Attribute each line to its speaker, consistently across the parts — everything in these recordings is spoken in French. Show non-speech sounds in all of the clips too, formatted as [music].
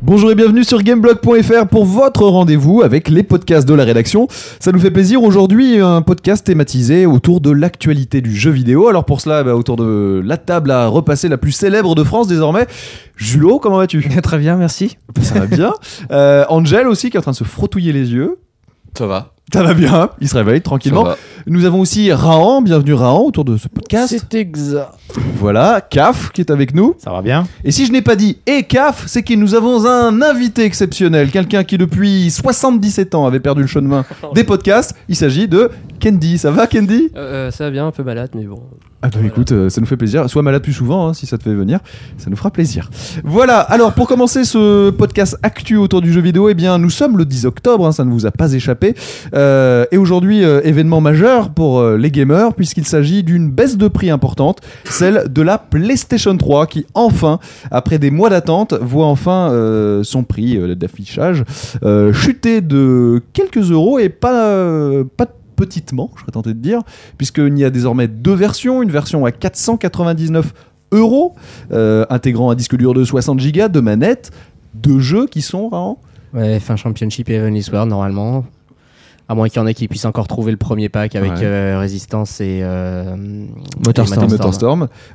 Speaker 1: Bonjour et bienvenue sur gameblog.fr pour votre rendez-vous avec les podcasts de la rédaction. Ça nous fait plaisir aujourd'hui, un podcast thématisé autour de l'actualité du jeu vidéo. Alors pour cela, bah, autour de la table à repasser la plus célèbre de France désormais. Julot, comment vas-tu
Speaker 2: Très bien, merci.
Speaker 1: Ça va bien. Euh, Angel aussi qui est en train de se frotouiller les yeux.
Speaker 3: Ça va.
Speaker 1: Ça va bien, il se réveille tranquillement.
Speaker 3: Ça va.
Speaker 1: Nous avons aussi Rahan, bienvenue Rahan autour de ce podcast.
Speaker 2: C'est exact.
Speaker 1: Voilà, CAF qui est avec nous.
Speaker 2: Ça va bien.
Speaker 1: Et si je n'ai pas dit et CAF, c'est que nous avons un invité exceptionnel, quelqu'un qui depuis 77 ans avait perdu le chemin des podcasts. Il s'agit de Candy. Ça va Candy
Speaker 4: Euh, euh, ça va bien, un peu malade, mais bon.
Speaker 1: Ah bah écoute, euh, ça nous fait plaisir. Sois malade plus souvent hein, si ça te fait venir, ça nous fera plaisir. Voilà, alors pour commencer ce podcast actu autour du jeu vidéo, eh bien nous sommes le 10 octobre, hein, ça ne vous a pas échappé. Euh, et aujourd'hui, euh, événement majeur pour euh, les gamers, puisqu'il s'agit d'une baisse de prix importante, celle de la PlayStation 3, qui enfin, après des mois d'attente, voit enfin euh, son prix euh, d'affichage euh, chuter de quelques euros et pas, euh, pas petitement, je serais tenté de dire puisqu'il y a désormais deux versions, une version à 499 euros, euh, intégrant un disque dur de 60 Go, deux manettes, deux jeux qui sont vraiment...
Speaker 4: Ouais, fin Championship et Heavenly Sword, normalement. À moins qu'il y en ait qui puissent encore trouver le premier pack avec
Speaker 1: Ouais.
Speaker 4: euh, Résistance et euh,
Speaker 1: Motorstorm.
Speaker 4: et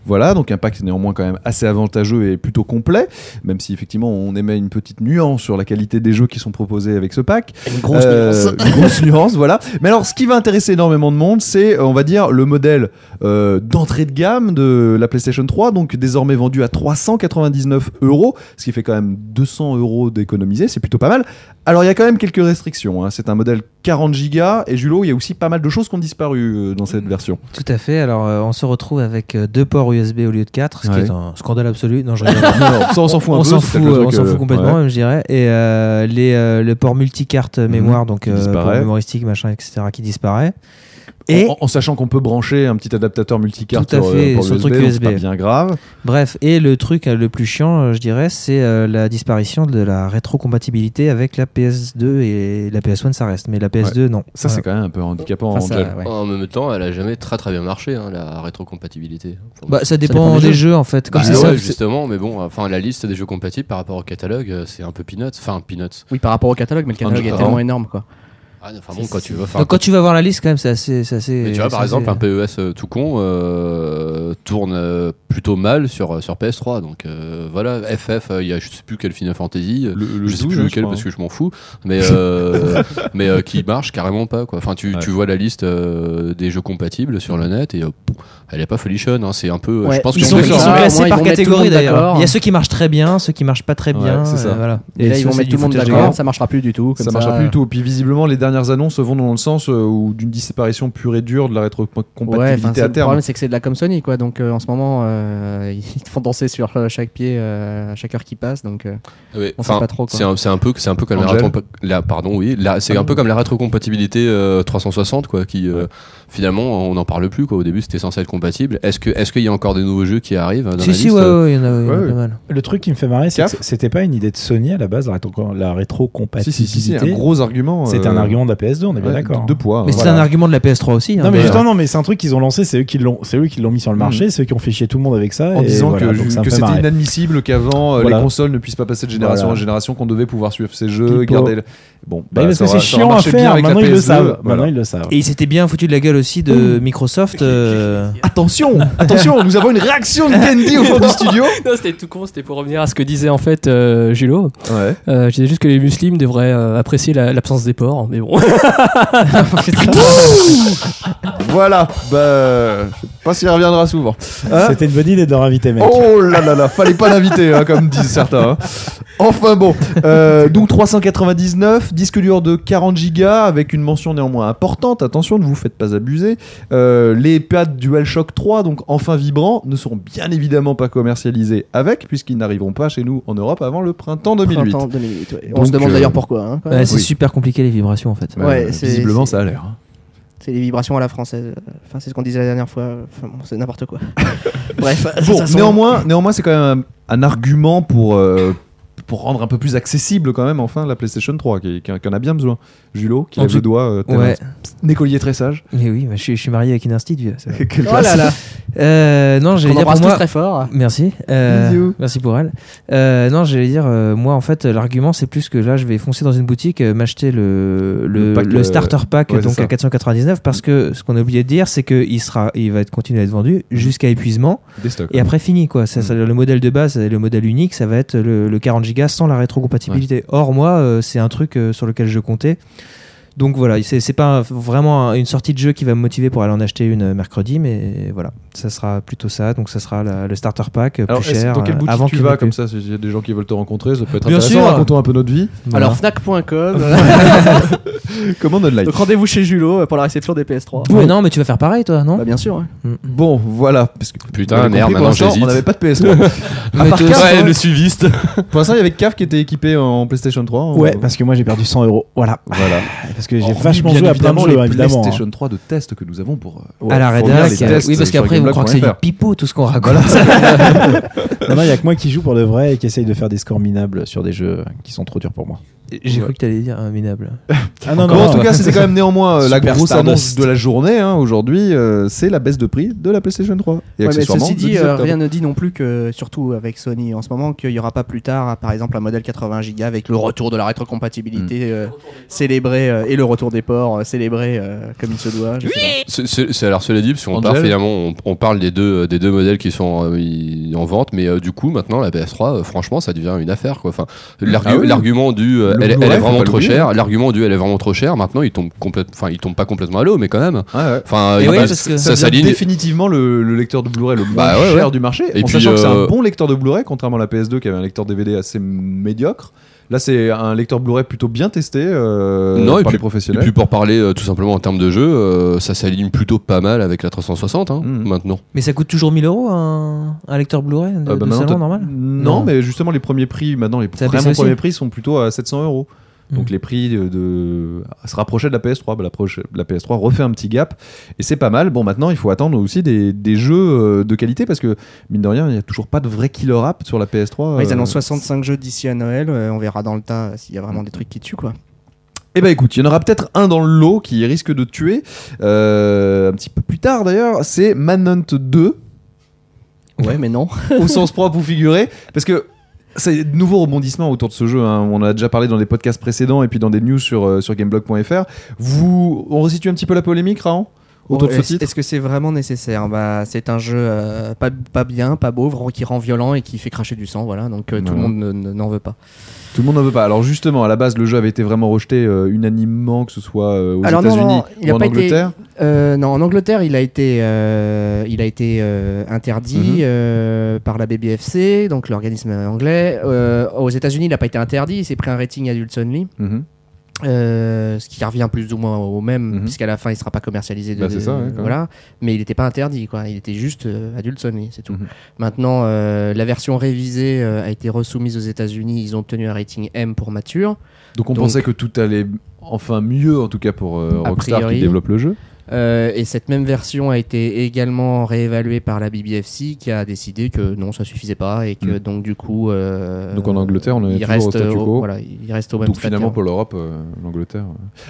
Speaker 1: Voilà, donc un pack néanmoins quand même assez avantageux et plutôt complet, même si effectivement on émet une petite nuance sur la qualité des jeux qui sont proposés avec ce pack.
Speaker 4: Une grosse
Speaker 1: Euh,
Speaker 4: nuance.
Speaker 1: [laughs] grosse nuance, voilà. Mais alors, ce qui va intéresser énormément de monde, c'est, euh, on va dire, le modèle euh, d'entrée de gamme de la PlayStation 3, donc désormais vendu à 399 euros, ce qui fait quand même 200 euros d'économiser, c'est plutôt pas mal. Alors, il y a quand même quelques restrictions. hein. C'est un modèle 40 Go, et Julo, il y a aussi pas mal de choses qui ont disparu euh, dans cette version.
Speaker 2: Tout à fait. Alors, euh, on se retrouve avec euh, deux ports USB au lieu de quatre, ce
Speaker 1: Ouais.
Speaker 2: qui est un scandale absolu. [laughs] Non, je
Speaker 1: [laughs]
Speaker 2: rigole.
Speaker 1: Alors, ça, on s'en fout un
Speaker 2: on
Speaker 1: peu,
Speaker 2: s'en
Speaker 1: c'est
Speaker 2: fout,
Speaker 1: quelque
Speaker 2: euh,
Speaker 1: chose
Speaker 2: on
Speaker 1: que-
Speaker 2: s'en fout complètement,
Speaker 1: ouais.
Speaker 2: même, je dirais. Et euh, les, euh, le port multicarte mémoire, donc
Speaker 1: Qui
Speaker 2: euh,
Speaker 1: disparaît. Oh,
Speaker 2: port mémoristique, machin, etc., qui disparaît. Et
Speaker 1: En, en sachant qu'on peut brancher un petit adaptateur multicarte
Speaker 2: Tout à
Speaker 1: sur, euh,
Speaker 2: fait,
Speaker 1: pour
Speaker 2: sur le
Speaker 1: USB,
Speaker 2: truc
Speaker 1: donc c'est
Speaker 2: USB.
Speaker 1: pas bien grave.
Speaker 2: bref, et le truc euh, le plus chiant, euh, je dirais, c'est euh, la disparition de la rétrocompatibilité avec la PS2 et la PS1, ça reste, mais la PS2 non.
Speaker 1: Ça,
Speaker 2: Ouais.
Speaker 1: c'est quand même un peu handicapant,
Speaker 2: Enfin, ça,
Speaker 1: Angel.
Speaker 2: ouais.
Speaker 3: Oh, En même temps, elle a jamais très très bien marché, hein, la rétrocompatibilité. Enfin,
Speaker 2: Bah, ça dépend,
Speaker 4: dépend
Speaker 2: des,
Speaker 4: des
Speaker 2: jeux. en fait. Comme
Speaker 3: bah,
Speaker 2: c'est
Speaker 3: ouais,
Speaker 2: ça, c'est-
Speaker 3: justement, mais bon, enfin, la liste des jeux compatibles par rapport au catalogue, euh, c'est un peu peanuts. Enfin, peanuts.
Speaker 4: Oui, par rapport au catalogue, mais le catalogue est
Speaker 3: Underground.
Speaker 1: hein.
Speaker 4: tellement énorme, quoi.
Speaker 3: Ah, enfin bon, quand tu veux. enfin,
Speaker 2: Donc, quand tu vas voir la liste, quand même, c'est assez, c'est assez.
Speaker 3: mais tu vois, par
Speaker 2: c'est
Speaker 3: exemple, un
Speaker 2: assez-
Speaker 3: PES euh, tout con euh, tourne euh, plutôt mal sur, euh, sur PS3. Donc euh, voilà, FF, euh, il y a je sais plus quel Final Fantasy. euh,
Speaker 1: Le, le
Speaker 3: je sais
Speaker 1: 12,
Speaker 3: plus
Speaker 1: je
Speaker 3: lequel
Speaker 1: crois. hein.
Speaker 3: parce que je m'en fous, mais
Speaker 1: [laughs]
Speaker 3: euh, mais euh, qui marche carrément pas quoi. Enfin tu,
Speaker 1: Ouais.
Speaker 3: tu vois la liste euh, des jeux compatibles sur le net et euh, pouf, elle est pas folichonne. hein, c'est un peu.
Speaker 4: Ouais,
Speaker 3: je pense
Speaker 2: Ils
Speaker 3: qu'on
Speaker 2: sont,
Speaker 3: peut
Speaker 2: ils
Speaker 4: d'accord.
Speaker 3: faire-
Speaker 2: sont
Speaker 4: Ah, au moins,
Speaker 2: classés
Speaker 4: ils
Speaker 2: par
Speaker 4: vont mettre tout le monde
Speaker 2: catégorie d'ailleurs.
Speaker 4: d'accord.
Speaker 2: Il y a ceux qui marchent très bien, ceux qui marchent pas très
Speaker 1: Ouais,
Speaker 2: bien.
Speaker 1: c'est ça.
Speaker 2: euh, voilà.
Speaker 4: Et là, ils
Speaker 2: ça,
Speaker 4: vont
Speaker 2: c'est
Speaker 4: mettre
Speaker 2: du
Speaker 4: tout le monde
Speaker 2: foutage de
Speaker 4: d'accord,
Speaker 2: gueule.
Speaker 4: ça marchera plus du tout. Comme
Speaker 1: ça
Speaker 4: ça,
Speaker 1: marchera plus du tout. Puis visiblement, les dernières annonces vont dans le sens euh, où d'une disparition pure et dure de la
Speaker 4: Ouais, enfin,
Speaker 1: rétrocompatibilité
Speaker 4: c'est-
Speaker 1: à
Speaker 4: le
Speaker 1: terme.
Speaker 4: problème, c'est que c'est de la comme Sony, quoi. Donc euh, en ce moment, euh, [laughs] ils te font danser sur euh, chaque pied, euh, à chaque heure qui passe. Donc euh,
Speaker 3: Ouais,
Speaker 4: on sait
Speaker 3: enfin,
Speaker 4: pas trop, quoi.
Speaker 3: C'est un, c'est un peu, c'est un peu comme la,
Speaker 1: Angel.
Speaker 3: rétrocompa- la- pardon, oui, la- c'est un peu comme la rétrocompatibilité euh, 360 quoi, qui euh, finalement on n'en parle plus quoi. Au début c'était censé être compatible. Est-ce que, est-ce qu'il y a encore des nouveaux jeux qui arrivent euh, dans
Speaker 2: Si,
Speaker 3: la
Speaker 2: si,
Speaker 3: liste,
Speaker 2: ouais,
Speaker 3: euh,
Speaker 2: ouais, il y en a, il y en a
Speaker 1: Ouais,
Speaker 2: pas mal.
Speaker 5: Le truc qui me fait marrer, c'est
Speaker 1: Caf
Speaker 5: que c'était pas une idée de Sony à la base, la, rétro- la
Speaker 1: Si,
Speaker 5: rétrocompatibilité.
Speaker 1: si, si, c'est un gros argument.
Speaker 5: C'est un
Speaker 1: euh,
Speaker 5: argument de la PS2, on est bien
Speaker 1: ouais,
Speaker 5: d'accord.
Speaker 1: de- De poids.
Speaker 2: Mais
Speaker 1: hein.
Speaker 2: c'est
Speaker 5: Voilà.
Speaker 2: un argument de la PS3 aussi. hein,
Speaker 5: Non mais
Speaker 2: d'ailleurs.
Speaker 5: justement, non mais c'est un truc qu'ils ont lancé, c'est eux qui l'ont, c'est eux qui l'ont mis sur le marché, c'est eux qui ont fait chier tout le monde avec ça.
Speaker 1: Hmm. En
Speaker 5: et
Speaker 1: disant
Speaker 5: voilà,
Speaker 1: que,
Speaker 5: donc ça me
Speaker 1: que
Speaker 5: fait
Speaker 1: c'était
Speaker 5: marrer. Bah,
Speaker 1: inadmissible qu'avant euh,
Speaker 5: Voilà.
Speaker 1: les consoles ne puissent pas passer de génération
Speaker 5: Voilà.
Speaker 1: en génération, qu'on devait pouvoir suivre ces jeux,
Speaker 5: Pipo.
Speaker 1: garder. le- Bon, bah,
Speaker 5: Bah, parce
Speaker 1: ça
Speaker 5: que
Speaker 1: aura-
Speaker 5: c'est
Speaker 1: ça aura
Speaker 5: chiant à
Speaker 1: marché bien
Speaker 5: faire.
Speaker 1: avec la
Speaker 5: Maintenant ils le
Speaker 1: PS2,
Speaker 5: savent.
Speaker 1: voilà. [laughs]
Speaker 5: Maintenant ils le savent.
Speaker 2: Et il s'était bien foutu de la gueule aussi de Microsoft. euh,
Speaker 1: Attention, attention, nous avons une réaction de Candy au fond [laughs] du studio.
Speaker 6: Non, c'était tout con, c'était pour revenir à ce que disait en fait euh, Julo.
Speaker 1: Ouais.
Speaker 6: Euh, je disais juste que les musulmans devraient euh, apprécier la- l'absence des porcs, mais bon.
Speaker 1: Voilà, bah, je sais pas s'il reviendra souvent. Hein
Speaker 5: Ah. C'était une bonne idée de leur inviter, mec.
Speaker 1: Oh là là là, fallait pas l'inviter, hein, comme disent certains. hein. Enfin bon, euh, donc 399, disque dur de 40 Go avec une mention néanmoins importante. Attention, ne vous faites pas abuser. Euh, les pads DualShock 3, donc enfin vibrants, ne seront bien évidemment pas commercialisés avec, puisqu'ils n'arriveront pas chez nous en Europe avant le printemps 2008.
Speaker 4: printemps 2008, ouais. On
Speaker 1: Donc,
Speaker 4: se demande
Speaker 1: euh,
Speaker 4: d'ailleurs pourquoi. hein, quand
Speaker 2: ouais,
Speaker 4: même.
Speaker 2: c'est
Speaker 1: Oui.
Speaker 2: super compliqué les vibrations en fait.
Speaker 1: Bah,
Speaker 4: Ouais, c'est-
Speaker 1: visiblement,
Speaker 4: c'est-
Speaker 1: ça a l'air. hein.
Speaker 4: C'est les vibrations à la française. Enfin, c'est ce qu'on disait la dernière fois. Enfin, bon, c'est
Speaker 1: [laughs]
Speaker 4: n'importe quoi. [laughs] Bref.
Speaker 1: Bon,
Speaker 4: ça sent-
Speaker 1: néanmoins, néanmoins c'est quand même un, un argument pour. euh, pour rendre un peu plus accessible quand même enfin la PlayStation 3 qui, qui- qui en a bien besoin. Julo qui
Speaker 6: En
Speaker 1: lève
Speaker 6: tout-
Speaker 1: le doigt, euh, tel
Speaker 2: Ouais,
Speaker 1: un écolier très sage.
Speaker 2: mais oui, mais je, suis- je suis marié avec une institut. vieux, ça va.
Speaker 1: Quelle
Speaker 4: Oh là
Speaker 1: classe.
Speaker 4: là,
Speaker 2: Euh, non, j'allais
Speaker 4: on
Speaker 2: dire pour
Speaker 4: embrasse tous
Speaker 2: moi.
Speaker 4: très
Speaker 6: [laughs]
Speaker 4: fort.
Speaker 2: Merci. euh,
Speaker 1: Bisous.
Speaker 2: merci pour elle. Euh, non, j'allais dire, euh, moi en fait, l'argument c'est plus que là, je vais foncer dans une boutique, euh, m'acheter le, le,
Speaker 1: Le pack,
Speaker 2: le
Speaker 1: euh,
Speaker 2: starter pack
Speaker 1: ouais, c'est
Speaker 2: donc
Speaker 1: ça.
Speaker 2: à 499 parce que ce qu'on a oublié de dire, c'est qu'il sera, il va être continuer à être vendu jusqu'à épuisement
Speaker 1: Des stocks.
Speaker 2: et après fini quoi. Ça, ça,
Speaker 1: Mm.
Speaker 2: le modèle de base et le modèle unique, ça va être le, le 40 Go sans la rétrocompatibilité. Or moi, euh, c'est un truc euh, sur lequel je comptais. Donc voilà, c'est c'est pas un- vraiment un- une sortie de jeu qui va me motiver pour aller en acheter une euh, mercredi, mais voilà, ça sera plutôt ça. Donc ça sera la- le starter pack euh,
Speaker 1: Alors,
Speaker 2: plus
Speaker 1: est-ce-
Speaker 2: cher.
Speaker 1: dans quelle
Speaker 2: euh,
Speaker 1: boutique
Speaker 2: avant
Speaker 1: tu
Speaker 2: qu'il
Speaker 1: vas
Speaker 2: n'ait
Speaker 1: comme
Speaker 2: plus.
Speaker 1: ça S'il y a des gens qui veulent te rencontrer, ça peut être
Speaker 2: Bien
Speaker 1: intéressant.
Speaker 2: sûr.
Speaker 1: Racontons un peu notre vie.
Speaker 2: Voilà.
Speaker 4: Alors fnac.com.
Speaker 1: Comment on
Speaker 4: Donc rendez-vous chez Julo euh, pour la réception des PS3.
Speaker 2: Mais non, mais tu vas faire pareil toi, non
Speaker 4: Bah bien sûr. hein.
Speaker 1: Bon, voilà. Parce que
Speaker 3: Putain,
Speaker 1: vous avez
Speaker 3: merde,
Speaker 1: compris, pour
Speaker 3: maintenant,
Speaker 1: l'instant,
Speaker 3: j'hésite.
Speaker 1: On n'avait pas de
Speaker 2: [laughs]
Speaker 1: PS3. À
Speaker 2: Mais
Speaker 1: part
Speaker 2: t'es-
Speaker 1: Cave,
Speaker 3: Ouais,
Speaker 1: hein.
Speaker 3: le suiviste.
Speaker 1: Pour l'instant, il y avait Cave qui était équipé en PlayStation 3. hein.
Speaker 5: Ouais, parce que moi j'ai perdu 100 euros. Voilà.
Speaker 1: Voilà.
Speaker 5: [laughs] Parce que j'ai
Speaker 1: On
Speaker 5: vachement
Speaker 1: relit bien
Speaker 5: joué à plein de
Speaker 1: évidemment
Speaker 5: jeux,
Speaker 1: les
Speaker 5: évidemment. hein.
Speaker 1: PlayStation 3 de test que nous avons pour. euh,
Speaker 2: à la
Speaker 1: fournir
Speaker 2: Reda,
Speaker 1: les
Speaker 2: qui a-
Speaker 1: tests
Speaker 2: oui, parce
Speaker 1: sur
Speaker 2: qu'après ils vont croire que c'est du
Speaker 1: gameblog.fr.
Speaker 2: pipeau tout ce qu'on raconte.
Speaker 5: Non, non, il y a que moi qui joue pour le vrai et qui essaye de faire des scores minables sur des jeux qui sont trop durs pour moi.
Speaker 2: [laughs] J'ai cru que t'allais dire un minable.
Speaker 5: Ah non,
Speaker 1: Bon, en tout cas, c'était quand même néanmoins euh, la
Speaker 5: Super
Speaker 1: grosse
Speaker 5: Stardust.
Speaker 1: annonce de la journée hein, aujourd'hui. euh, c'est la baisse de prix de la PlayStation 3. Et
Speaker 4: Ouais, mais
Speaker 1: accessoirement,
Speaker 4: ceci
Speaker 1: le
Speaker 4: dit,
Speaker 1: 10
Speaker 4: euh,
Speaker 1: octobre.
Speaker 4: rien ne dit non plus que, surtout avec Sony en ce moment, qu'il n'y aura pas plus tard, par exemple, un modèle 80 Go avec le retour de la
Speaker 1: Hmm.
Speaker 4: rétrocompatibilité euh, célébré euh, et le retour des ports euh, célébré euh, comme il se doit. je sais pas.
Speaker 3: C'est- C'est c'est- alors cela dit, si on
Speaker 1: Angel.
Speaker 3: part finalement, on, on parle des deux, euh, des deux modèles qui sont euh, i- en vente, mais euh, du coup maintenant la PS3, euh, franchement, ça devient une affaire quoi. Enfin, l'argu-
Speaker 1: Ah oui.
Speaker 3: l'argument du, euh,
Speaker 1: Le
Speaker 3: elle, elle
Speaker 1: Blu-ray,
Speaker 3: est
Speaker 1: faut
Speaker 3: vraiment
Speaker 1: pas
Speaker 3: trop
Speaker 1: l'oublier.
Speaker 3: chère, l'argument du, elle est vraiment trop chère. Maintenant, il tombe complète, enfin, il tombe pas complètement à l'eau, mais quand même.
Speaker 1: Ouais, ouais.
Speaker 3: Enfin,
Speaker 2: Et
Speaker 3: il-
Speaker 2: oui,
Speaker 3: bah,
Speaker 2: parce
Speaker 1: Ça,
Speaker 2: que
Speaker 3: ça
Speaker 1: devient
Speaker 3: s'aligne.
Speaker 1: définitivement le, le lecteur de Blu-ray le moins
Speaker 3: Bah ouais,
Speaker 1: cher
Speaker 3: ouais.
Speaker 1: du marché.
Speaker 3: Et
Speaker 1: en
Speaker 3: puis,
Speaker 1: sachant que c'est un
Speaker 3: euh,
Speaker 1: bon lecteur de Blu-ray, contrairement à la PS2 qui avait un lecteur DVD assez médiocre. Là, c'est un lecteur Blu-ray plutôt bien testé euh,
Speaker 3: Non, et
Speaker 1: par les
Speaker 3: puis- Et
Speaker 1: professionnels.
Speaker 3: puis pour parler euh, tout simplement en termes de jeu, euh, ça s'aligne plutôt pas mal avec la 360 hein,
Speaker 1: Mhm.
Speaker 3: maintenant.
Speaker 2: Mais ça coûte toujours 1000 euros un, un lecteur Blu-ray de,
Speaker 1: Euh, bah,
Speaker 2: de
Speaker 1: maintenant,
Speaker 2: salon
Speaker 1: t'as-
Speaker 2: normal
Speaker 1: Non,
Speaker 2: Non.
Speaker 1: mais justement, les premiers prix, maintenant, les
Speaker 2: Ça a baissé
Speaker 1: vraiment
Speaker 2: aussi.
Speaker 1: premiers prix sont plutôt à 700 euros. Donc
Speaker 2: Mm.
Speaker 1: les prix de, de- se rapprochaient de la PS3. Bah, la, proche- la PS3 refait un petit gap et c'est pas mal. Bon, maintenant, il faut attendre aussi des, des jeux euh, de qualité parce que, mine de rien, il n'y a toujours pas de vrai killer app sur la PS3.
Speaker 4: Ouais, ils
Speaker 1: euh,
Speaker 4: annoncent 65 jeux d'ici à Noël. euh, on verra dans le tas s'il y a vraiment des trucs qui tuent quoi.
Speaker 1: Eh ben écoute, il y en aura peut-être un dans le lot qui risque de tuer euh, un petit peu plus tard d'ailleurs. C'est Manhunt 2
Speaker 4: Ouais, mais non. [laughs]
Speaker 1: au sens propre ou figuré, parce que c'est de nouveaux rebondissements autour de ce jeu. hein. On en a déjà parlé dans des podcasts précédents et puis dans des news sur euh, sur gameblog.fr. Vous, on resitue un petit peu la polémique, Raon, autour de
Speaker 4: Est-ce
Speaker 1: ce titre.
Speaker 4: est-ce que c'est vraiment nécessaire bah, C'est un jeu euh, pas, pas bien, pas beau, vraiment, qui rend violent et qui fait cracher du sang. Voilà, donc euh, tout le
Speaker 1: Voilà.
Speaker 4: monde ne- ne- n'en veut pas.
Speaker 1: Tout le monde n'en veut pas. Alors justement, à la base, le jeu avait été vraiment rejeté euh, unanimement, que ce soit euh, aux
Speaker 4: Alors non, non,
Speaker 1: États-Unis
Speaker 4: il
Speaker 1: ou
Speaker 4: a
Speaker 1: en
Speaker 4: pas été-
Speaker 1: Angleterre.
Speaker 4: Euh, non, en Angleterre, il a été, euh, il a été euh, interdit
Speaker 1: Mhm.
Speaker 4: euh, par la BBFC, donc l'organisme anglais. Euh, aux États-Unis, il n'a pas été interdit. Il s'est pris un rating adults only,
Speaker 1: Mhm.
Speaker 4: euh, ce qui revient plus ou moins au même,
Speaker 1: Mhm.
Speaker 4: puisqu'à la fin, il ne sera pas commercialisé. De,
Speaker 1: Bah, c'est ça, ouais, quand même.
Speaker 4: voilà. Mais il n'était pas interdit, quoi. Il était juste euh, adults only, c'est tout.
Speaker 1: Mhm.
Speaker 4: Maintenant, euh, la version révisée euh, a été resoumise aux États-Unis. Ils ont obtenu un rating M pour mature.
Speaker 1: Donc on
Speaker 4: Donc-
Speaker 1: pensait que tout allait enfin mieux, en tout cas pour euh,
Speaker 4: A
Speaker 1: Rockstar qui
Speaker 4: priori.
Speaker 1: développe le jeu.
Speaker 4: Euh, et cette même version a été également réévaluée par la BBFC qui a décidé que non, ça suffisait pas et que
Speaker 1: Mm.
Speaker 4: donc du coup. euh,
Speaker 1: Donc en Angleterre, on en est
Speaker 4: il
Speaker 1: toujours au
Speaker 4: reste,
Speaker 1: statu
Speaker 4: euh,
Speaker 1: quo.
Speaker 4: voilà, il reste au même
Speaker 1: Donc
Speaker 4: statu.
Speaker 1: finalement pour l'Europe, euh, l'Angleterre.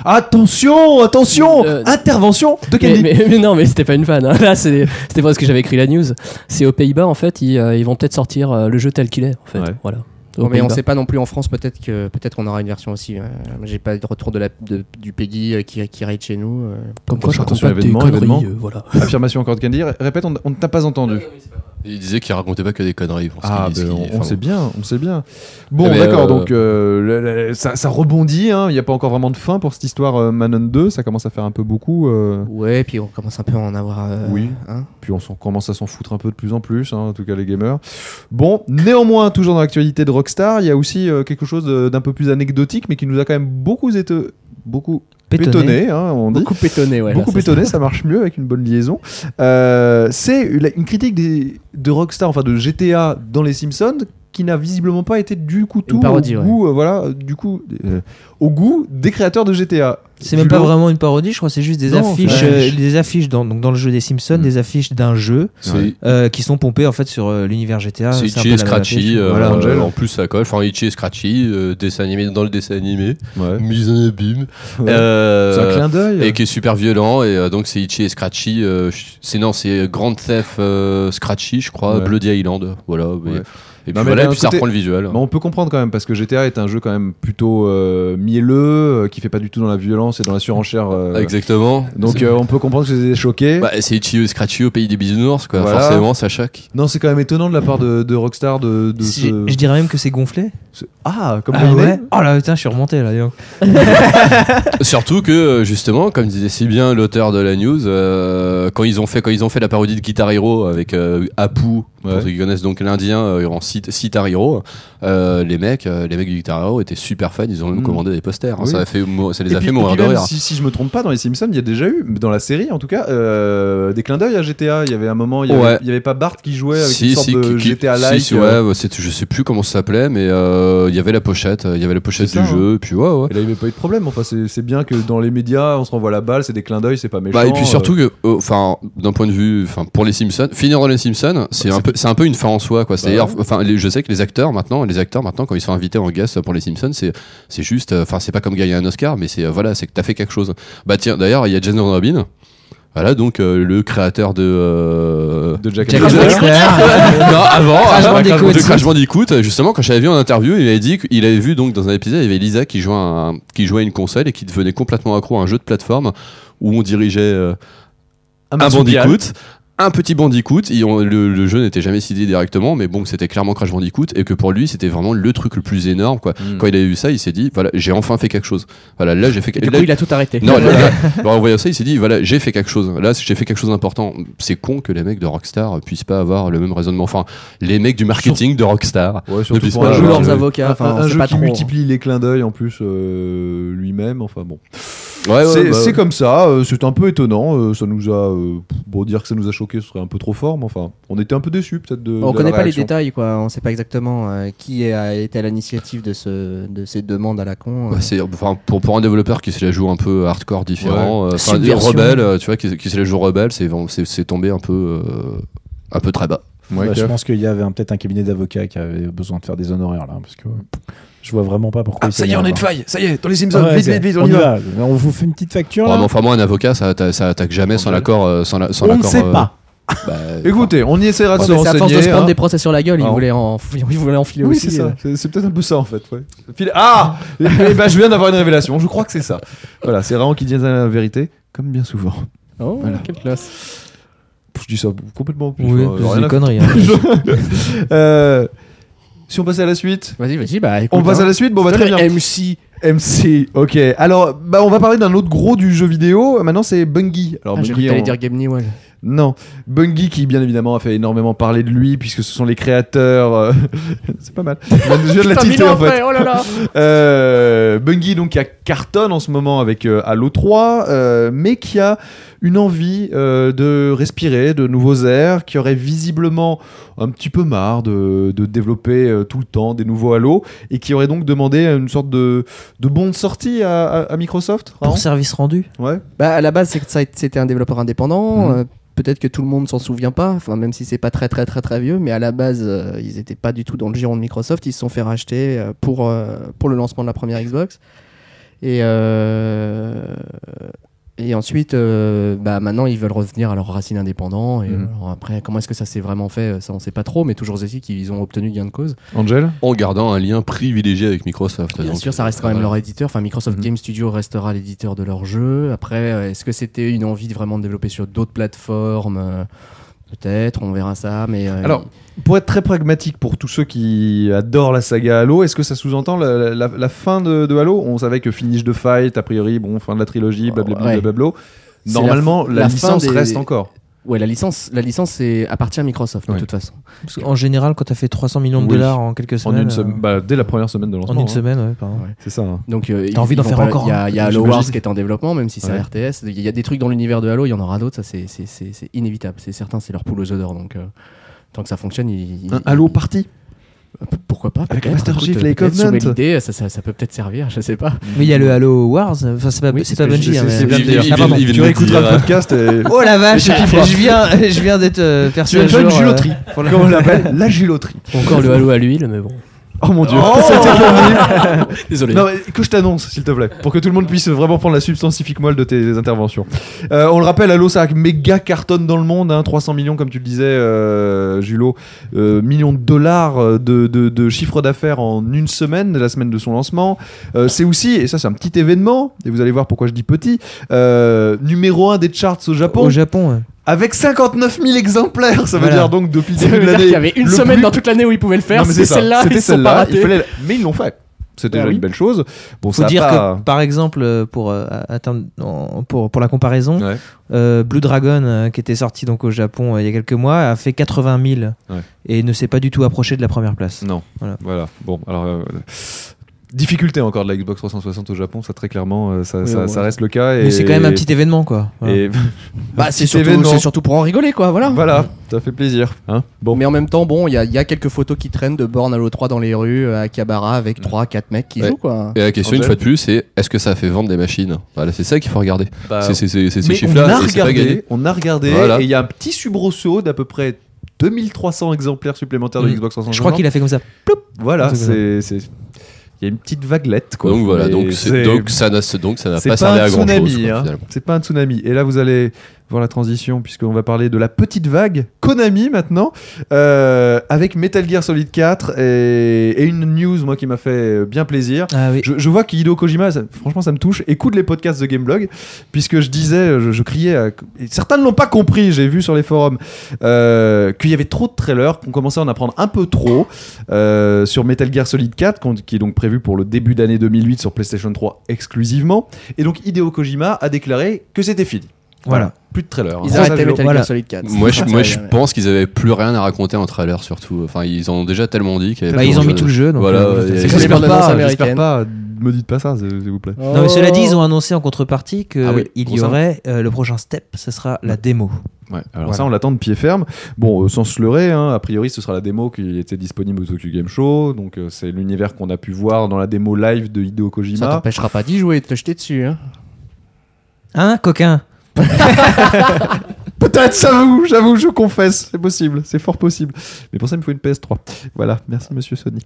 Speaker 1: euh. Attention, attention,
Speaker 6: Euh,
Speaker 1: intervention de
Speaker 6: Mais,
Speaker 1: Kelly.
Speaker 6: mais- mais non, mais c'était pas une fan. hein. Là, c'est- c'était pas ce que j'avais écrit la news. C'est aux Pays-Bas, en fait, ils, euh, ils vont peut-être sortir euh, le jeu tel qu'il est, en fait.
Speaker 1: Ouais.
Speaker 6: Voilà.
Speaker 4: Non,
Speaker 6: Aux
Speaker 4: mais on
Speaker 6: Pays-Bas.
Speaker 4: sait pas non plus en France, peut-être que peut-être qu'on aura une version aussi. euh, J'ai pas eu de retour de la, de- du Peggy euh, qui, qui raid chez nous. euh.
Speaker 6: Comme quoi, je raconte
Speaker 1: Attention,
Speaker 6: pas des
Speaker 1: événement, événement.
Speaker 6: conneries. euh, voilà.
Speaker 1: [coughs] Affirmation encore de Candy. Ré- Répète, on on ne t'a pas entendu.
Speaker 3: Il disait qu'il racontait pas que des conneries. pour ce
Speaker 1: Ah,
Speaker 3: qui- Euh,
Speaker 1: ben,
Speaker 3: ce qui-
Speaker 1: on, on
Speaker 3: enfin,
Speaker 1: sait
Speaker 3: bon.
Speaker 1: bien, on sait bien. Bon,
Speaker 3: Mais,
Speaker 1: d'accord,
Speaker 3: euh,
Speaker 1: donc Eh ben, euh, le- le- ça, ça rebondit, hein, il n'y a pas encore vraiment de fin pour cette histoire euh, Manon 2, ça commence à faire un peu beaucoup, euh,
Speaker 4: Ouais, puis on commence un peu à en avoir. euh,
Speaker 1: Oui.
Speaker 4: hein.
Speaker 1: puis on s'en- commence à s'en foutre un peu de plus en plus, hein, en tout cas les gamers. Bon, néanmoins, toujours dans l'actualité de Rockstar, il y a aussi euh, quelque chose de- d'un peu plus anecdotique, mais qui nous a quand même beaucoup été... Beaucoup
Speaker 2: Pétonné.
Speaker 1: étonné, hein, on dit.
Speaker 4: Beaucoup pétonné, ouais.
Speaker 1: beaucoup étonné, ça marche mieux avec une bonne liaison. Euh, c'est la- une critique des- de Rockstar, enfin de GTA dans les Simpsons, qui n'a visiblement pas été du coup tout
Speaker 6: parodie,
Speaker 1: au
Speaker 6: ouais.
Speaker 1: goût, euh, voilà, euh, du coup, euh, au goût des créateurs de GTA.
Speaker 2: C'est même
Speaker 1: Jules
Speaker 2: pas
Speaker 1: Laurent-
Speaker 2: vraiment une parodie, je crois, c'est juste des
Speaker 1: Non,
Speaker 2: affiches,
Speaker 1: c'est des
Speaker 2: euh,
Speaker 1: affiches.
Speaker 2: des affiches dans, donc dans le jeu des Simpsons,
Speaker 3: Mm.
Speaker 2: des affiches d'un jeu
Speaker 3: C'est
Speaker 2: euh, qui sont pompées en fait sur euh, l'univers
Speaker 1: Ah,
Speaker 2: GTA.
Speaker 3: c'est
Speaker 2: un
Speaker 3: Itchy
Speaker 2: peu
Speaker 3: et
Speaker 2: la même affiche.
Speaker 3: Scratchy. euh,
Speaker 1: Voilà, Angel.
Speaker 3: en plus, ça colle. Enfin, Itchy et Scratchy, euh, dessin animé dans le dessin animé,
Speaker 1: Ouais.
Speaker 3: mise en abîme.
Speaker 1: Ouais.
Speaker 3: Euh,
Speaker 1: C'est un clin d'œil. hein.
Speaker 3: et qui est super violent et euh, donc c'est Itchy et Scratchy euh, ch- c'est non c'est Grand Theft euh, Scratchy je crois
Speaker 1: Ouais.
Speaker 3: Bloody Island voilà mais-
Speaker 1: Ouais.
Speaker 3: et puis
Speaker 1: mais
Speaker 3: voilà et
Speaker 1: d'un
Speaker 3: puis ça
Speaker 1: côté-
Speaker 3: reprend le visuel
Speaker 1: Bah, on peut comprendre quand même parce que GTA est un jeu quand même plutôt euh, mielleux euh, qui fait pas du tout dans la violence et dans la surenchère. euh,
Speaker 3: Ah, exactement
Speaker 1: donc euh, on peut comprendre que c'est choqué.
Speaker 3: Bah, c'est Itchy et Scratchy au pays des bisounours quoi
Speaker 1: Voilà.
Speaker 3: forcément ça choque
Speaker 1: Non, c'est quand même étonnant de la part de, de Rockstar de. de
Speaker 2: Si-
Speaker 1: ce-
Speaker 2: Je dirais même que c'est gonflé.
Speaker 1: ce- Ah, comme
Speaker 2: Ah
Speaker 1: idée.
Speaker 2: ouais Oh là putain, je suis remonté là. dis donc.
Speaker 3: surtout que euh, justement comme disait si bien l'auteur de la news euh, quand ils ont fait quand ils ont fait la parodie de Guitar Hero avec euh, Apu
Speaker 1: Ouais.
Speaker 3: pour ceux qui connaissent donc l'Indien euh, en Sit- Sitar Hero euh, les mecs euh, les mecs du Guitar Hero étaient super fans ils ont même
Speaker 1: Mm.
Speaker 3: commandé des posters hein,
Speaker 1: Oui.
Speaker 3: ça a fait mou- ça les
Speaker 1: Et
Speaker 3: a
Speaker 1: puis-
Speaker 3: fait
Speaker 1: et
Speaker 3: mourir
Speaker 1: puis
Speaker 3: de
Speaker 1: même,
Speaker 3: rire
Speaker 1: Si, si je me trompe pas, dans les Simpsons, il y a déjà eu, dans la série en tout cas, euh, des clins d'œil à GTA. Il y avait un moment, il y avait,
Speaker 3: Ouais.
Speaker 1: il y avait pas Bart qui jouait avec
Speaker 3: si,
Speaker 1: une sorte
Speaker 3: si,
Speaker 1: de
Speaker 3: qui- qui-
Speaker 1: GTA Live.
Speaker 3: si, si, ouais, bah, c'est- je sais plus comment ça s'appelait, mais euh, il y avait la pochette, euh, il y avait la pochette
Speaker 1: C'est
Speaker 3: du
Speaker 1: ça, hein.
Speaker 3: jeu, et puis ouais, ouais.
Speaker 1: Et là, il n'y avait pas eu de problème. Enfin, c'est c'est bien que dans les médias, on se renvoie la balle, c'est des clins d'œil, c'est pas méchant.
Speaker 3: Bah, et puis surtout que, euh, enfin, d'un point de vue, enfin, pour les Simpsons, finir dans les Simpsons, c'est un peu, c'est un peu une fin en soi, quoi. C'est-à-dire,
Speaker 1: ouais.
Speaker 3: enfin, les- je sais que les acteurs maintenant, les acteurs maintenant, quand ils sont invités en guest pour les Simpsons, c'est, c'est juste, euh, enfin, c'est pas comme gagner un Oscar, mais c'est, euh, voilà, c'est que t'as fait quelque chose. Bah tiens, d'ailleurs, il y a Jason Robin, voilà, donc euh, le créateur de. euh,
Speaker 1: euh, de Jack,
Speaker 2: Jack
Speaker 1: and Jill.
Speaker 2: Rose.
Speaker 3: non, [laughs] avant,
Speaker 2: Crash
Speaker 3: avant
Speaker 2: Bandicoot.
Speaker 3: de Crash Bandicoot, euh, justement, quand j'avais vu en interview, il avait dit qu'il avait vu donc dans un épisode, il y avait Lisa qui jouait, à un- qui jouait à une console et qui devenait complètement accro à un jeu de plateforme où on dirigeait euh, un
Speaker 1: marsupial.
Speaker 3: Bandicoot. Un petit bandicoot, et on- le, le jeu n'était jamais cité directement, mais bon, c'était clairement Crash Bandicoot, et que pour lui, c'était vraiment le truc le plus énorme, quoi.
Speaker 1: Mm.
Speaker 3: Quand il a vu ça, il s'est dit, voilà, j'ai enfin fait quelque chose. Voilà, là, j'ai fait
Speaker 4: Et
Speaker 3: quelque
Speaker 4: du coup, il a tout arrêté.
Speaker 3: non, là, là, bah, en voyant ça, il s'est dit voilà, j'ai fait quelque chose. Là, j'ai fait quelque chose d'important. C'est con que les mecs de Rockstar puissent pas avoir le même raisonnement. Enfin, les mecs du marketing de Rockstar.
Speaker 1: Ouais, surtout
Speaker 3: Depuis
Speaker 1: pour
Speaker 3: ce
Speaker 1: un
Speaker 3: moment-là,
Speaker 1: jeu,
Speaker 4: Joue leurs
Speaker 3: ouais.
Speaker 4: avocats,
Speaker 1: un,
Speaker 4: enfin,
Speaker 1: un
Speaker 4: on sait
Speaker 1: jeu
Speaker 4: pas
Speaker 1: qui
Speaker 4: trop.
Speaker 1: multiplie les clins d'œil en plus euh, lui-même. Enfin bon.
Speaker 3: Ouais, ouais,
Speaker 1: c'est
Speaker 3: bah,
Speaker 1: c'est comme ça, euh, c'est un peu étonnant. euh, ça nous a. euh, pff, bon, dire que ça nous a choqué, ce serait un peu trop fort, mais enfin, on était un peu déçus peut-être de.
Speaker 4: On
Speaker 1: de la
Speaker 4: connaît pas les
Speaker 1: réaction.
Speaker 4: détails, quoi. On sait pas exactement euh, qui a été à l'initiative de, ce, de ces demandes à la con. euh.
Speaker 3: ouais, Bah, c'est- enfin, pour, pour un développeur qui se la joue un peu hardcore différent, euh, enfin, des
Speaker 6: Subversion.
Speaker 3: rebelle, euh, tu vois, qui, qui se la joue rebelle, c'est vraiment- c'est c'est tombé un peu, euh, un peu très bas.
Speaker 1: Ouais,
Speaker 5: Bah, je
Speaker 1: Kev.
Speaker 5: pense qu'il y avait un- peut-être un cabinet d'avocats qui avait besoin de faire des honoraires là, parce que euh, je vois vraiment pas pourquoi. ils s'énervent, hein.
Speaker 1: faille, Ah, ça y est, dans les
Speaker 5: Ah ouais, c'est- on y va. On vous fait une petite facture.
Speaker 3: Ouais,
Speaker 5: là.
Speaker 3: mais enfin, moi, un avocat, ça, atta- ça attaque jamais sans
Speaker 1: Rebelle.
Speaker 3: l'accord. euh, sans la- sans
Speaker 5: on ne
Speaker 3: l'accord,
Speaker 5: sait
Speaker 3: euh,
Speaker 5: pas.
Speaker 3: bah,
Speaker 1: Écoutez, on y essaiera de
Speaker 4: Ouais,
Speaker 1: se
Speaker 4: mais c'est à force de se
Speaker 1: renseigner.
Speaker 4: prendre
Speaker 1: hein.
Speaker 4: des procès sur la gueule,
Speaker 1: Ah.
Speaker 4: il voulait en, il voulait enfiler
Speaker 1: Oui,
Speaker 4: aussi.
Speaker 1: c'est
Speaker 4: euh.
Speaker 1: ça. C'est- C'est peut-être un peu ça en fait. ouais. File-
Speaker 4: [laughs]
Speaker 1: Ah Eh ben, je viens d'avoir une révélation. Je crois que c'est ça. Voilà, c'est Raon qui dit la vérité, comme bien souvent.
Speaker 4: Oh,
Speaker 1: Voilà.
Speaker 4: quelle classe.
Speaker 1: Je dis ça complètement. au pif,
Speaker 2: Oui,
Speaker 1: hein,
Speaker 2: plus
Speaker 1: rien
Speaker 2: des
Speaker 1: à
Speaker 2: conneries. hein.
Speaker 1: Je- [laughs] Euh, si on passait à la suite
Speaker 4: Vas-y, vas-y, bah écoute.
Speaker 1: On passe
Speaker 4: hein.
Speaker 1: à la suite Bon, bah
Speaker 4: Donne
Speaker 1: très
Speaker 4: le
Speaker 1: bien.
Speaker 4: MC.
Speaker 1: MC, ok. Alors, bah, on va parler d'un autre gros du jeu vidéo. Maintenant, c'est Bungie. Alors,
Speaker 4: Ah, j'ai cru
Speaker 1: Bungie,
Speaker 4: que t'allais
Speaker 1: on-
Speaker 4: dire Game Newell.
Speaker 1: Non. Bungie qui, bien évidemment, a fait énormément parler de lui puisque ce sont les créateurs. euh, [laughs] c'est pas mal. Je viens de la
Speaker 4: Putain, mille
Speaker 1: citer
Speaker 4: ans
Speaker 1: en fait.
Speaker 4: après, oh
Speaker 1: [laughs]
Speaker 4: là là.
Speaker 1: Euh, Bungie donc qui a cartonne en ce moment avec euh, Halo 3 euh, mais qui a une envie euh, de respirer de nouveaux airs qui aurait visiblement un petit peu marre de, de développer euh, tout le temps des nouveaux Halo et qui aurait donc demandé une sorte de, de bon de sortie à, à- à Microsoft Raon
Speaker 2: Pour service rendu.
Speaker 1: ouais
Speaker 4: Bah, à la base, c'est que ça- c'était un développeur indépendant.
Speaker 1: Mhm.
Speaker 4: euh, Peut-être que tout le monde s'en souvient pas, enfin même si c'est pas très très très très vieux, mais à la base euh, ils étaient pas du tout dans le giron de Microsoft, ils se sont fait racheter euh, pour, euh, pour le lancement de la première Xbox. Et, euh, et ensuite, euh, bah, maintenant ils veulent revenir à leurs racines indépendants. Et
Speaker 1: Mhm.
Speaker 4: alors, après, comment est-ce que ça s'est vraiment fait, ça on sait pas trop, mais toujours aussi qu'ils ont obtenu gain de cause.
Speaker 1: Angel
Speaker 3: en gardant un lien privilégié avec Microsoft.
Speaker 4: Bien
Speaker 3: donc,
Speaker 4: sûr, ça reste quand même
Speaker 3: euh,
Speaker 4: leur éditeur. Enfin, Microsoft
Speaker 1: Mhm.
Speaker 4: Game Studio restera l'éditeur de leur jeu. Après, euh, est-ce que c'était une envie de vraiment de développer sur d'autres plateformes Euh, Peut-être, on verra ça. Mais euh,
Speaker 1: Alors, pour être très pragmatique pour tous ceux qui adorent la saga Halo, est-ce que ça sous-entend la, la- la fin de, de Halo On savait que finish de fight, a priori, bon, fin de la trilogie, blablabla.
Speaker 4: Ouais.
Speaker 1: blablabla.
Speaker 4: C'est
Speaker 1: Normalement, la,
Speaker 4: la fin
Speaker 1: licence
Speaker 4: des-
Speaker 1: reste encore.
Speaker 4: ouais, la licence, la licence, c'est appartient à Microsoft de
Speaker 1: Ouais.
Speaker 4: toute façon.
Speaker 2: Parce qu'en général, quand t'as fait 300 millions de
Speaker 1: Oui.
Speaker 2: dollars en quelques
Speaker 1: En
Speaker 2: semaines.
Speaker 1: une
Speaker 2: euh,
Speaker 1: semaine, bah, dès la première semaine de
Speaker 2: en
Speaker 1: lancement.
Speaker 2: une
Speaker 1: hein.
Speaker 2: semaine, ouais, pardon.
Speaker 4: Ouais.
Speaker 1: C'est ça. hein.
Speaker 4: Donc, euh, ils-
Speaker 2: envie
Speaker 4: ils
Speaker 2: d'en
Speaker 4: vont
Speaker 2: faire
Speaker 4: pas-
Speaker 2: encore
Speaker 4: Il y a,
Speaker 2: un,
Speaker 4: il y a Halo
Speaker 2: j'imagine.
Speaker 4: Wars qui est en développement, même si c'est
Speaker 1: Ouais.
Speaker 4: un RTS. Il y a des trucs dans l'univers de Halo, il y en aura d'autres. Ça, c'est- c'est- c'est c'est inévitable. C'est certain, c'est leur poule aux odeurs. Donc, euh, tant que ça fonctionne, ils, ils-
Speaker 1: Un Halo parti.
Speaker 4: pourquoi pas
Speaker 1: Avec
Speaker 4: peut-être,
Speaker 1: Master
Speaker 4: écoute,
Speaker 1: Chief,
Speaker 4: euh,
Speaker 1: les
Speaker 4: peut-être
Speaker 1: Covenant.
Speaker 4: sauver l'idée, ça, ça, ça peut peut-être servir, je sais pas.
Speaker 2: Mais il y a le Halo Wars. Enfin, c'est pas,
Speaker 4: Oui,
Speaker 2: c'est pas
Speaker 4: c'est-
Speaker 2: Bungie.
Speaker 1: c'est-
Speaker 2: hein,
Speaker 1: c'est
Speaker 2: mais-
Speaker 1: bien de dire.
Speaker 2: Ah, pardon.
Speaker 3: Il vient de
Speaker 1: Tu
Speaker 3: me
Speaker 1: réécouteras
Speaker 3: dire,
Speaker 1: le podcast et.
Speaker 2: Oh la vache,
Speaker 1: Mais tu
Speaker 2: je viens, je viens d'être euh, persuadé.
Speaker 1: as fait une
Speaker 2: un jour, euh,
Speaker 1: juloterie.
Speaker 2: pour la-
Speaker 1: Comment on l'appelle La juloterie.
Speaker 6: Encore [laughs] le halo à l'huile, mais bon.
Speaker 1: Oh mon dieu, c'était horrible.
Speaker 6: Désolé.
Speaker 1: Non, mais que je t'annonce, s'il te plaît, pour que tout le monde puisse vraiment prendre la substantifique moelle de tes interventions. Euh, on le rappelle, Halo, ça méga cartonne dans le monde, hein, 300 millions, comme tu le disais, euh, Julo, euh, millions de dollars euh, de, de, de chiffre d'affaires en une semaine, la semaine de son lancement. Euh, c'est aussi, et ça c'est un petit événement, et vous allez voir pourquoi je dis petit, euh, numéro 1 des charts au Japon,
Speaker 2: Au Japon. ouais.
Speaker 1: avec 59 000 exemplaires, ça veut
Speaker 2: Voilà.
Speaker 1: dire donc depuis le
Speaker 4: Ça
Speaker 1: début
Speaker 4: veut
Speaker 1: de
Speaker 4: dire
Speaker 1: l'année.
Speaker 4: qu'il y avait une
Speaker 1: le
Speaker 4: semaine
Speaker 1: plus-
Speaker 4: dans toute l'année où ils pouvaient le faire,
Speaker 1: Non, mais
Speaker 4: c'est
Speaker 1: ça,
Speaker 4: celle-là,
Speaker 1: c'était
Speaker 4: ils sont
Speaker 1: celle-là,
Speaker 4: pas
Speaker 1: il
Speaker 4: ratés.
Speaker 1: fallait la- Mais ils l'ont fait. C'est
Speaker 4: Bah
Speaker 1: déjà
Speaker 4: oui.
Speaker 1: une belle chose. Bon,
Speaker 2: Faut
Speaker 1: ça a
Speaker 2: dire
Speaker 1: pas-
Speaker 2: que par exemple euh, pour euh, atteindre- en- pour pour la comparaison,
Speaker 1: Ouais.
Speaker 2: euh, Blue Dragon euh, qui était sorti donc au Japon euh, il y a quelques mois a fait 80 000
Speaker 1: Ouais.
Speaker 2: et ne s'est pas du tout approché de la première place.
Speaker 1: Non.
Speaker 2: Voilà.
Speaker 1: Bon, alors. euh, Difficulté encore de la Xbox 360 au Japon, ça très clairement, euh, ça,
Speaker 4: Oui,
Speaker 1: ça-
Speaker 4: ouais.
Speaker 1: ça reste le cas. Et...
Speaker 2: Mais c'est quand même un petit événement quoi. Voilà.
Speaker 1: et-
Speaker 4: Bah, c'est
Speaker 1: petit
Speaker 4: surtout,
Speaker 1: événement.
Speaker 4: c'est surtout pour en rigoler, quoi,
Speaker 1: [laughs]
Speaker 4: voilà.
Speaker 1: voilà, ça fait plaisir. Hein bon.
Speaker 4: Mais en même temps, bon, il y a, il y a quelques photos qui traînent de borne à l'eau 3 dans les rues euh, à Akihabara avec 3-4 mecs qui
Speaker 3: Ouais.
Speaker 4: jouent, quoi.
Speaker 3: Et la question, une
Speaker 1: Angèle
Speaker 3: fois de plus, c'est est-ce que ça a fait vendre des machines Voilà, c'est ça qu'il faut regarder.
Speaker 1: Bah,
Speaker 3: C'est- c'est c'est- c'est ces
Speaker 1: Mais on
Speaker 3: chiffres-là.
Speaker 1: a
Speaker 3: et c'est pas gagné.
Speaker 1: regardé, on a regardé,
Speaker 3: Voilà.
Speaker 1: et il y a un petit subrosso d'à peu près 2300 exemplaires supplémentaires de
Speaker 2: Mm.
Speaker 1: Xbox 360.
Speaker 2: Je crois qu'il a fait comme ça.
Speaker 1: Voilà,
Speaker 2: C'est ça.
Speaker 1: c'est. c'est- Il y a une petite vaguelette, quoi.
Speaker 3: Donc voilà,
Speaker 1: Mais
Speaker 3: donc, c'est- donc ça n'a donc ça n'a
Speaker 1: C'est
Speaker 3: pas servi
Speaker 1: un
Speaker 3: à grand
Speaker 1: tsunami,
Speaker 3: chose.
Speaker 1: hein. C'est pas un tsunami. Et là, vous allez voir la transition, puisqu'on va parler de la petite vague Konami maintenant, euh, avec Metal Gear Solid 4 et, et une news, moi, qui m'a fait euh, bien plaisir.
Speaker 2: Ah oui.
Speaker 1: Je, je vois qu'Hideo Kojima, ça- franchement, ça me touche, écoute les podcasts de Gameblog, puisque je disais, euh, je, je criais, à- et certains ne l'ont pas compris, j'ai vu sur les forums, euh, qu'il y avait trop de trailers, qu'on commençait à en apprendre un peu trop euh, sur Metal Gear Solid 4, qu'on- qui est donc prévu pour le début d'année 2008 sur PlayStation 3 exclusivement. Et donc Hideo Kojima a déclaré que c'était fini.
Speaker 2: Voilà.
Speaker 1: Plus de trailers. hein.
Speaker 4: Ils
Speaker 1: Ça,
Speaker 4: arrêtaient
Speaker 1: je-
Speaker 4: Metal
Speaker 2: voilà.
Speaker 4: Gear Solid 4.
Speaker 3: Moi, je,
Speaker 4: Ça,
Speaker 3: moi,
Speaker 4: ça,
Speaker 3: je
Speaker 4: ouais.
Speaker 3: pense qu'ils avaient plus rien à raconter en trailer, surtout. Enfin, ils en ont déjà tellement dit. qu'il y avait
Speaker 2: Bah,
Speaker 3: plus
Speaker 2: ils ont
Speaker 3: grand
Speaker 2: mis
Speaker 3: chose.
Speaker 2: tout le jeu. Donc,
Speaker 3: Voilà,
Speaker 2: euh,
Speaker 3: ouais,
Speaker 2: c'est-
Speaker 3: ouais,
Speaker 1: J'espère
Speaker 4: les bandes annonces
Speaker 1: pas, j'espère
Speaker 4: américaines.
Speaker 1: pas, me dites pas ça, s'il vous plaît.
Speaker 2: Non mais cela dit,
Speaker 1: Oh.
Speaker 2: ils ont annoncé en contrepartie que
Speaker 3: Ah oui,
Speaker 2: il
Speaker 3: gros
Speaker 2: y
Speaker 3: ça.
Speaker 2: aurait euh, le prochain step, ce sera la démo.
Speaker 1: Ouais, alors ça, on l'attend de pied ferme. Bon, euh, sans se leurrer, hein, a priori, ce sera la démo qui était disponible au Tokyo Game Show. Donc, euh, c'est l'univers qu'on a pu voir dans la démo live de Hideo
Speaker 4: Ça
Speaker 1: Kojima.
Speaker 4: t'empêchera pas d'y jouer et de te jeter dessus, hein.
Speaker 2: Hein, coquin
Speaker 1: Peut-être, j'avoue, j'avoue, je confesse. C'est possible, c'est fort possible. Mais pour ça, il me faut une PS3. Voilà, merci monsieur Sony.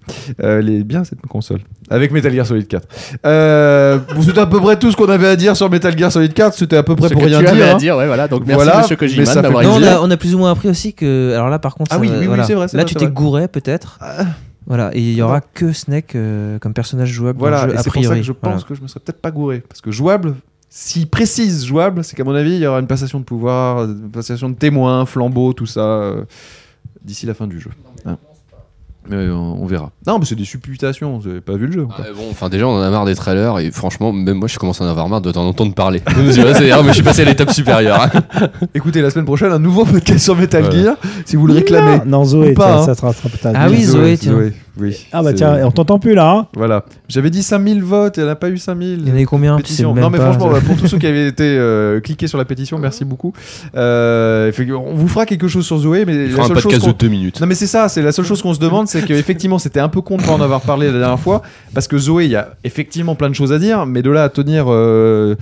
Speaker 1: Euh, elle est bien cette console. Avec Metal Gear Solid 4. Euh, bon, c'était à peu près tout ce qu'on avait à dire sur Metal Gear Solid 4. C'était à peu près
Speaker 4: Ce
Speaker 1: pour
Speaker 4: que
Speaker 1: rien
Speaker 4: tu
Speaker 1: dire.
Speaker 4: avais à
Speaker 1: hein.
Speaker 4: dire, ouais, voilà. Donc merci,
Speaker 1: Voilà,
Speaker 4: monsieur
Speaker 1: mais
Speaker 4: Kojima,
Speaker 1: ça fait
Speaker 4: d'avoir
Speaker 2: Non,
Speaker 1: plaisir.
Speaker 4: été [laughs]
Speaker 2: on a, on a plus ou moins appris aussi que. Alors là, par contre,
Speaker 1: Ah
Speaker 2: ça
Speaker 1: oui,
Speaker 2: va-
Speaker 1: oui, oui,
Speaker 2: voilà.
Speaker 1: c'est vrai, c'est
Speaker 2: Là,
Speaker 1: vrai,
Speaker 2: tu
Speaker 1: c'est
Speaker 2: t'es
Speaker 1: vrai.
Speaker 2: gouré peut-être.
Speaker 1: Ah.
Speaker 2: Voilà, et il y aura que Snake euh, comme personnage jouable dans
Speaker 1: Voilà,
Speaker 2: le jeu,
Speaker 1: et
Speaker 2: a
Speaker 1: c'est pour ça
Speaker 2: priori.
Speaker 1: que je pense
Speaker 2: Voilà.
Speaker 1: que je me serais peut-être pas gouré. Parce que jouable, s'il précise jouable, c'est qu'à mon avis, il y aura une passation de pouvoir, une passation de témoins, flambeaux, tout ça, euh, d'ici la fin du jeu. Hein. Mais euh, on verra. Non, mais c'est des supputations, vous avez pas vu le jeu.
Speaker 3: Ah,
Speaker 1: encore.
Speaker 3: mais bon, enfin déjà on en a marre des trailers et franchement même moi je commence à en avoir marre de t'en
Speaker 1: [laughs]
Speaker 3: entendre parler. C'est vrai, c'est- ah, mais je suis passé à l'étape supérieure. hein.
Speaker 1: Écoutez, la semaine prochaine, un nouveau podcast sur Metal
Speaker 3: Voilà.
Speaker 1: Gear, si vous le réclamez.
Speaker 5: Non, Zoé,
Speaker 1: Ou pas,
Speaker 5: tiens,
Speaker 1: hein.
Speaker 5: ça sera sera peut-être.
Speaker 2: Ah oui, Zoé, tiens.
Speaker 1: oui.
Speaker 5: Ah bah
Speaker 1: C'est-
Speaker 5: tiens, on t'entend plus là. hein.
Speaker 1: Voilà. J'avais dit 5000 votes, et elle n'a pas eu 5000.
Speaker 2: Il y en a eu combien Puis c'est
Speaker 1: Pétition.
Speaker 2: même
Speaker 1: Non mais
Speaker 2: pas-
Speaker 1: franchement, bah, pour tous ceux qui avaient été euh, cliqués sur la pétition, merci beaucoup. Euh, fait que on vous fera quelque chose sur Zoé, mais
Speaker 3: Il
Speaker 1: la
Speaker 3: fera un
Speaker 1: seule chose
Speaker 3: podcast de
Speaker 1: qu'on...
Speaker 3: deux minutes.
Speaker 1: Non mais c'est ça, c'est la seule chose qu'on se demande, c'est qu'effectivement c'était un peu con de pas en avoir parlé la dernière fois, parce que Zoé, il y a effectivement plein de choses à dire, mais de là à tenir euh,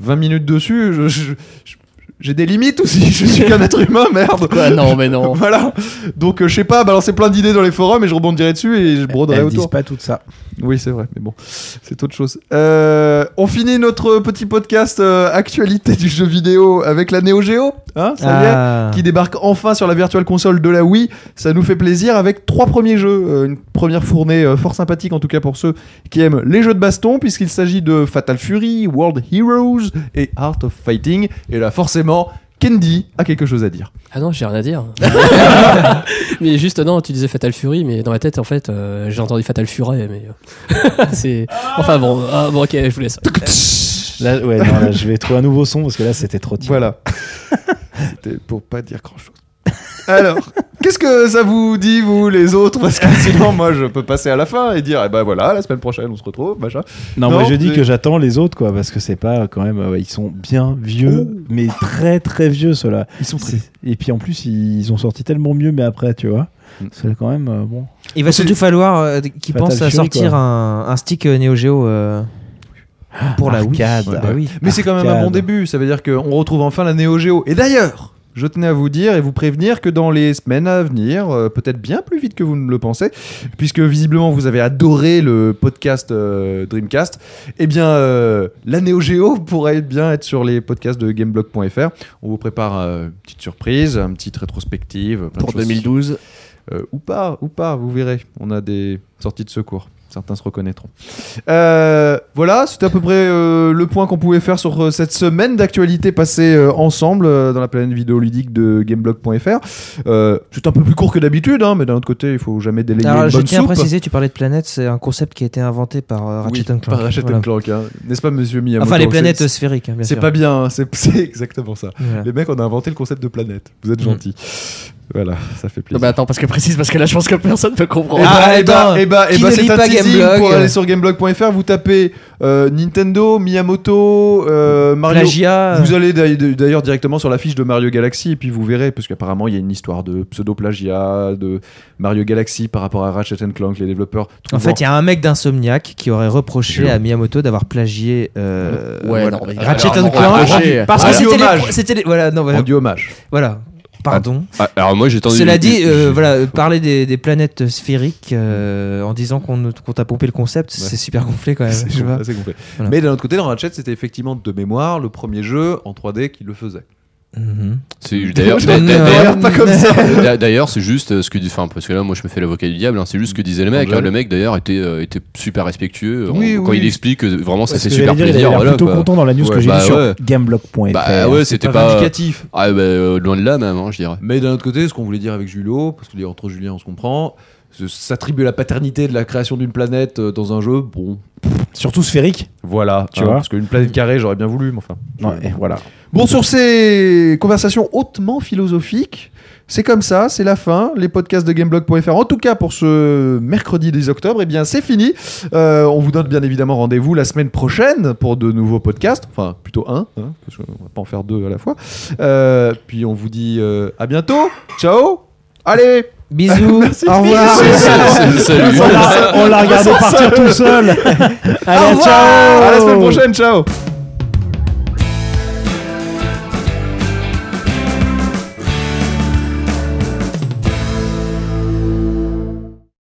Speaker 1: 20 minutes dessus, je- je- je- j'ai des limites aussi, [laughs] je suis qu'un être humain, merde.
Speaker 4: Quoi, non, mais
Speaker 1: [laughs]
Speaker 4: non.
Speaker 1: Voilà, donc euh, je sais pas, balancer plein d'idées dans les forums et je rebondirai dessus et je broderai
Speaker 5: Elles
Speaker 1: autour.
Speaker 5: disent pas tout ça.
Speaker 1: Oui, c'est vrai, mais bon, c'est autre chose. Euh, on finit notre petit podcast euh, actualité du jeu vidéo avec la Neo Geo, hein, ça y est,
Speaker 2: Ah.
Speaker 1: qui débarque enfin sur la Virtual Console de la Wii. Ça nous fait plaisir avec trois premiers jeux. Euh, une première fournée euh, fort sympathique, en tout cas pour ceux qui aiment les jeux de baston, puisqu'il s'agit de Fatal Fury, World Heroes et Art of Fighting. Et là, forcément, Candy a quelque chose à dire.
Speaker 6: Ah non, j'ai rien à dire. [laughs] mais juste, non, tu disais Fatal Fury, mais dans ma tête, en fait, euh, j'ai entendu Fatal Fury, mais. euh, [laughs] c'est. Enfin bon, ah, bon, ok, je vous laisse.
Speaker 5: Là, ouais, non, là, je vais trouver un nouveau son parce que là, c'était trop timide.
Speaker 1: [laughs] Voilà. C'était pour pas dire grand chose. Alors, qu'est-ce que ça vous dit, vous, les autres Parce que sinon, moi, je peux passer à la fin et dire, eh ben voilà, la semaine prochaine, on se retrouve, machin.
Speaker 5: Non,
Speaker 1: Non,
Speaker 5: moi je dis
Speaker 1: mais-
Speaker 5: que j'attends les autres quoi parce que c'est pas euh, quand même euh, ouais, ils sont bien vieux
Speaker 1: Oh.
Speaker 5: mais très très vieux ceux-là.
Speaker 1: Ils sont
Speaker 5: C'est- Et puis en plus ils ils ont sorti tellement mieux mais après tu vois.
Speaker 3: Mm.
Speaker 5: C'est quand même euh, bon.
Speaker 2: Il va
Speaker 1: C'est-
Speaker 2: surtout falloir euh, qu'ils
Speaker 5: Fatal
Speaker 2: pensent à
Speaker 5: Fury,
Speaker 2: sortir
Speaker 5: quoi.
Speaker 2: un, un stick euh, Neo Geo euh, pour la Wii.
Speaker 5: Ah, Arcade.
Speaker 2: Bah oui.
Speaker 1: Mais c'est quand même un
Speaker 5: Arcade.
Speaker 1: bon début, ça veut dire qu'on retrouve enfin la Neo Geo. Et d'ailleurs, je tenais à vous dire et vous prévenir que dans les semaines à venir, euh, peut-être bien plus vite que vous ne le pensez, puisque visiblement vous avez adoré le podcast euh, Dreamcast, eh bien euh, la Neo Geo [laughs] pourrait bien être sur les podcasts de gameblog.fr. On vous prépare euh, une petite surprise, une petite rétrospective. plein de
Speaker 4: Pour
Speaker 1: choses.
Speaker 4: 2012.
Speaker 1: Euh, ou pas, ou pas, vous verrez. On a des sorties de secours. Certains se reconnaîtront. Euh, voilà, c'était à peu près euh, le point qu'on pouvait faire sur euh, cette semaine d'actualité passée euh, ensemble euh, dans la planète vidéoludique de gameblog.fr. Euh, c'est un peu plus court que d'habitude, hein, mais d'un autre côté, il faut jamais délayer
Speaker 2: Alors,
Speaker 1: une
Speaker 2: je
Speaker 1: bonne
Speaker 2: tiens à
Speaker 1: soupe.
Speaker 2: préciser, tu parlais de planète, c'est un concept qui a été inventé par euh,
Speaker 1: Oui,
Speaker 2: Ratchet and Clank.
Speaker 1: par Ratchet
Speaker 2: Voilà.
Speaker 1: and Clank, hein. n'est-ce pas, monsieur Miyamoto
Speaker 2: Enfin, les
Speaker 1: C'est-
Speaker 2: planètes
Speaker 1: c'est-
Speaker 2: sphériques, hein, bien
Speaker 1: C'est
Speaker 2: sûr.
Speaker 1: pas bien, hein, c'est [laughs] c'est exactement ça.
Speaker 2: Voilà.
Speaker 1: Les mecs, on a inventé le concept de planète. Vous êtes
Speaker 2: Mm.
Speaker 1: gentils. Voilà, ça fait plaisir.
Speaker 4: Bah attends, parce que précise, parce que là, je pense que personne peut
Speaker 1: Et
Speaker 4: comprendre.
Speaker 2: Ah,
Speaker 1: bah, et
Speaker 2: attends,
Speaker 1: bah, et bah, et
Speaker 2: qui
Speaker 1: bah,
Speaker 2: ne
Speaker 1: c'est
Speaker 2: lit
Speaker 1: un
Speaker 2: ben, pas
Speaker 1: teasing
Speaker 2: Gameblog
Speaker 1: pour aller sur gameblog.fr, vous tapez euh, Nintendo, Miyamoto, euh, Mario.
Speaker 2: Plagiat.
Speaker 1: Vous allez d'ail- d'ailleurs directement sur la fiche de Mario Galaxy et puis vous verrez, parce qu'apparemment il y a une histoire de pseudo-plagiat de Mario Galaxy par rapport à Ratchet Clank, les développeurs.
Speaker 2: En fait, il y a un mec d'insomniac qui aurait reproché
Speaker 1: Jure.
Speaker 2: à Miyamoto d'avoir plagié
Speaker 1: Ah.
Speaker 2: euh,
Speaker 4: Ouais,
Speaker 2: voilà,
Speaker 4: non, mais-
Speaker 2: Ratchet
Speaker 4: Alors,
Speaker 2: and Clank.
Speaker 4: reproché.
Speaker 2: Parce que
Speaker 1: Rendu
Speaker 2: c'était
Speaker 1: hommage.
Speaker 2: les, c'était les- voilà, non, voilà,
Speaker 1: rendu hommage.
Speaker 2: voilà. Pardon.
Speaker 3: Ah, alors moi j'ai tendu.
Speaker 2: Cela dit, euh, voilà, parler des, des planètes sphériques euh, en disant qu'on nous- qu'on t'a pompé le concept, c'est super gonflé quand même.
Speaker 1: C'est
Speaker 2: tu
Speaker 1: [laughs]
Speaker 2: vois.
Speaker 1: c'est complet.
Speaker 2: Voilà.
Speaker 1: Mais d'un autre côté, dans Ratchet, c'était effectivement de mémoire le premier jeu en 3D qui le faisait.
Speaker 2: Mhm.
Speaker 3: C'est- D'ailleurs,
Speaker 2: Je
Speaker 3: d'a-
Speaker 2: donne,
Speaker 3: d'a-
Speaker 2: euh,
Speaker 3: d'ailleurs-
Speaker 1: D'ailleurs, pas comme
Speaker 2: [laughs]
Speaker 1: ça.
Speaker 3: d'a- d'ailleurs, c'est juste euh, ce que dit. Enfin, parce que là, moi, je me fais l'avocat du diable. hein, c'est juste ce que disait le mec. hein. le mec, d'ailleurs, était, euh, était super respectueux. euh,
Speaker 1: Oui,
Speaker 3: en- Quand
Speaker 1: oui.
Speaker 3: il explique, euh, vraiment, ça
Speaker 5: Parce
Speaker 3: fait
Speaker 5: que
Speaker 3: super
Speaker 5: j'allais dire, il a
Speaker 3: plaisir.
Speaker 5: l'air
Speaker 3: Voilà,
Speaker 5: plutôt
Speaker 3: quoi.
Speaker 5: content dans la news
Speaker 3: Ouais,
Speaker 5: que j'ai
Speaker 3: bah
Speaker 5: lue sur
Speaker 3: ouais.
Speaker 5: gameblog.fr.
Speaker 3: Bah ouais, c'était
Speaker 1: Pas euh,
Speaker 3: pas.
Speaker 1: vindicatif.
Speaker 3: Ah, bah, euh, loin de là, même, hein, je dirais.
Speaker 1: Mais d'un autre côté, ce qu'on voulait dire avec Julio, parce que les- entre Julien on se comprend, se- s'attribuer la paternité de la création d'une planète euh, dans un jeu, bon,
Speaker 5: Surtout sphérique.
Speaker 1: voilà, hein,
Speaker 5: Tu vois.
Speaker 1: parce qu'une planète carrée, j'aurais bien voulu, mais enfin.
Speaker 5: Ouais, et voilà.
Speaker 1: Bon, sur ces conversations hautement philosophiques, c'est comme ça, c'est la fin. Les podcasts de Gameblog.fr, en tout cas pour ce mercredi 10 octobre, eh bien c'est fini. Euh, on vous donne bien évidemment rendez-vous la semaine prochaine pour de nouveaux podcasts, enfin plutôt un, hein, parce qu'on va pas en faire deux à la fois. Euh, puis on vous dit euh, à bientôt, ciao, allez
Speaker 2: Bisous.
Speaker 5: Au revoir.
Speaker 3: Salut.
Speaker 5: On l'a- On l'a regardé partir tout seul. Allez, ciao.
Speaker 1: À la semaine prochaine, ciao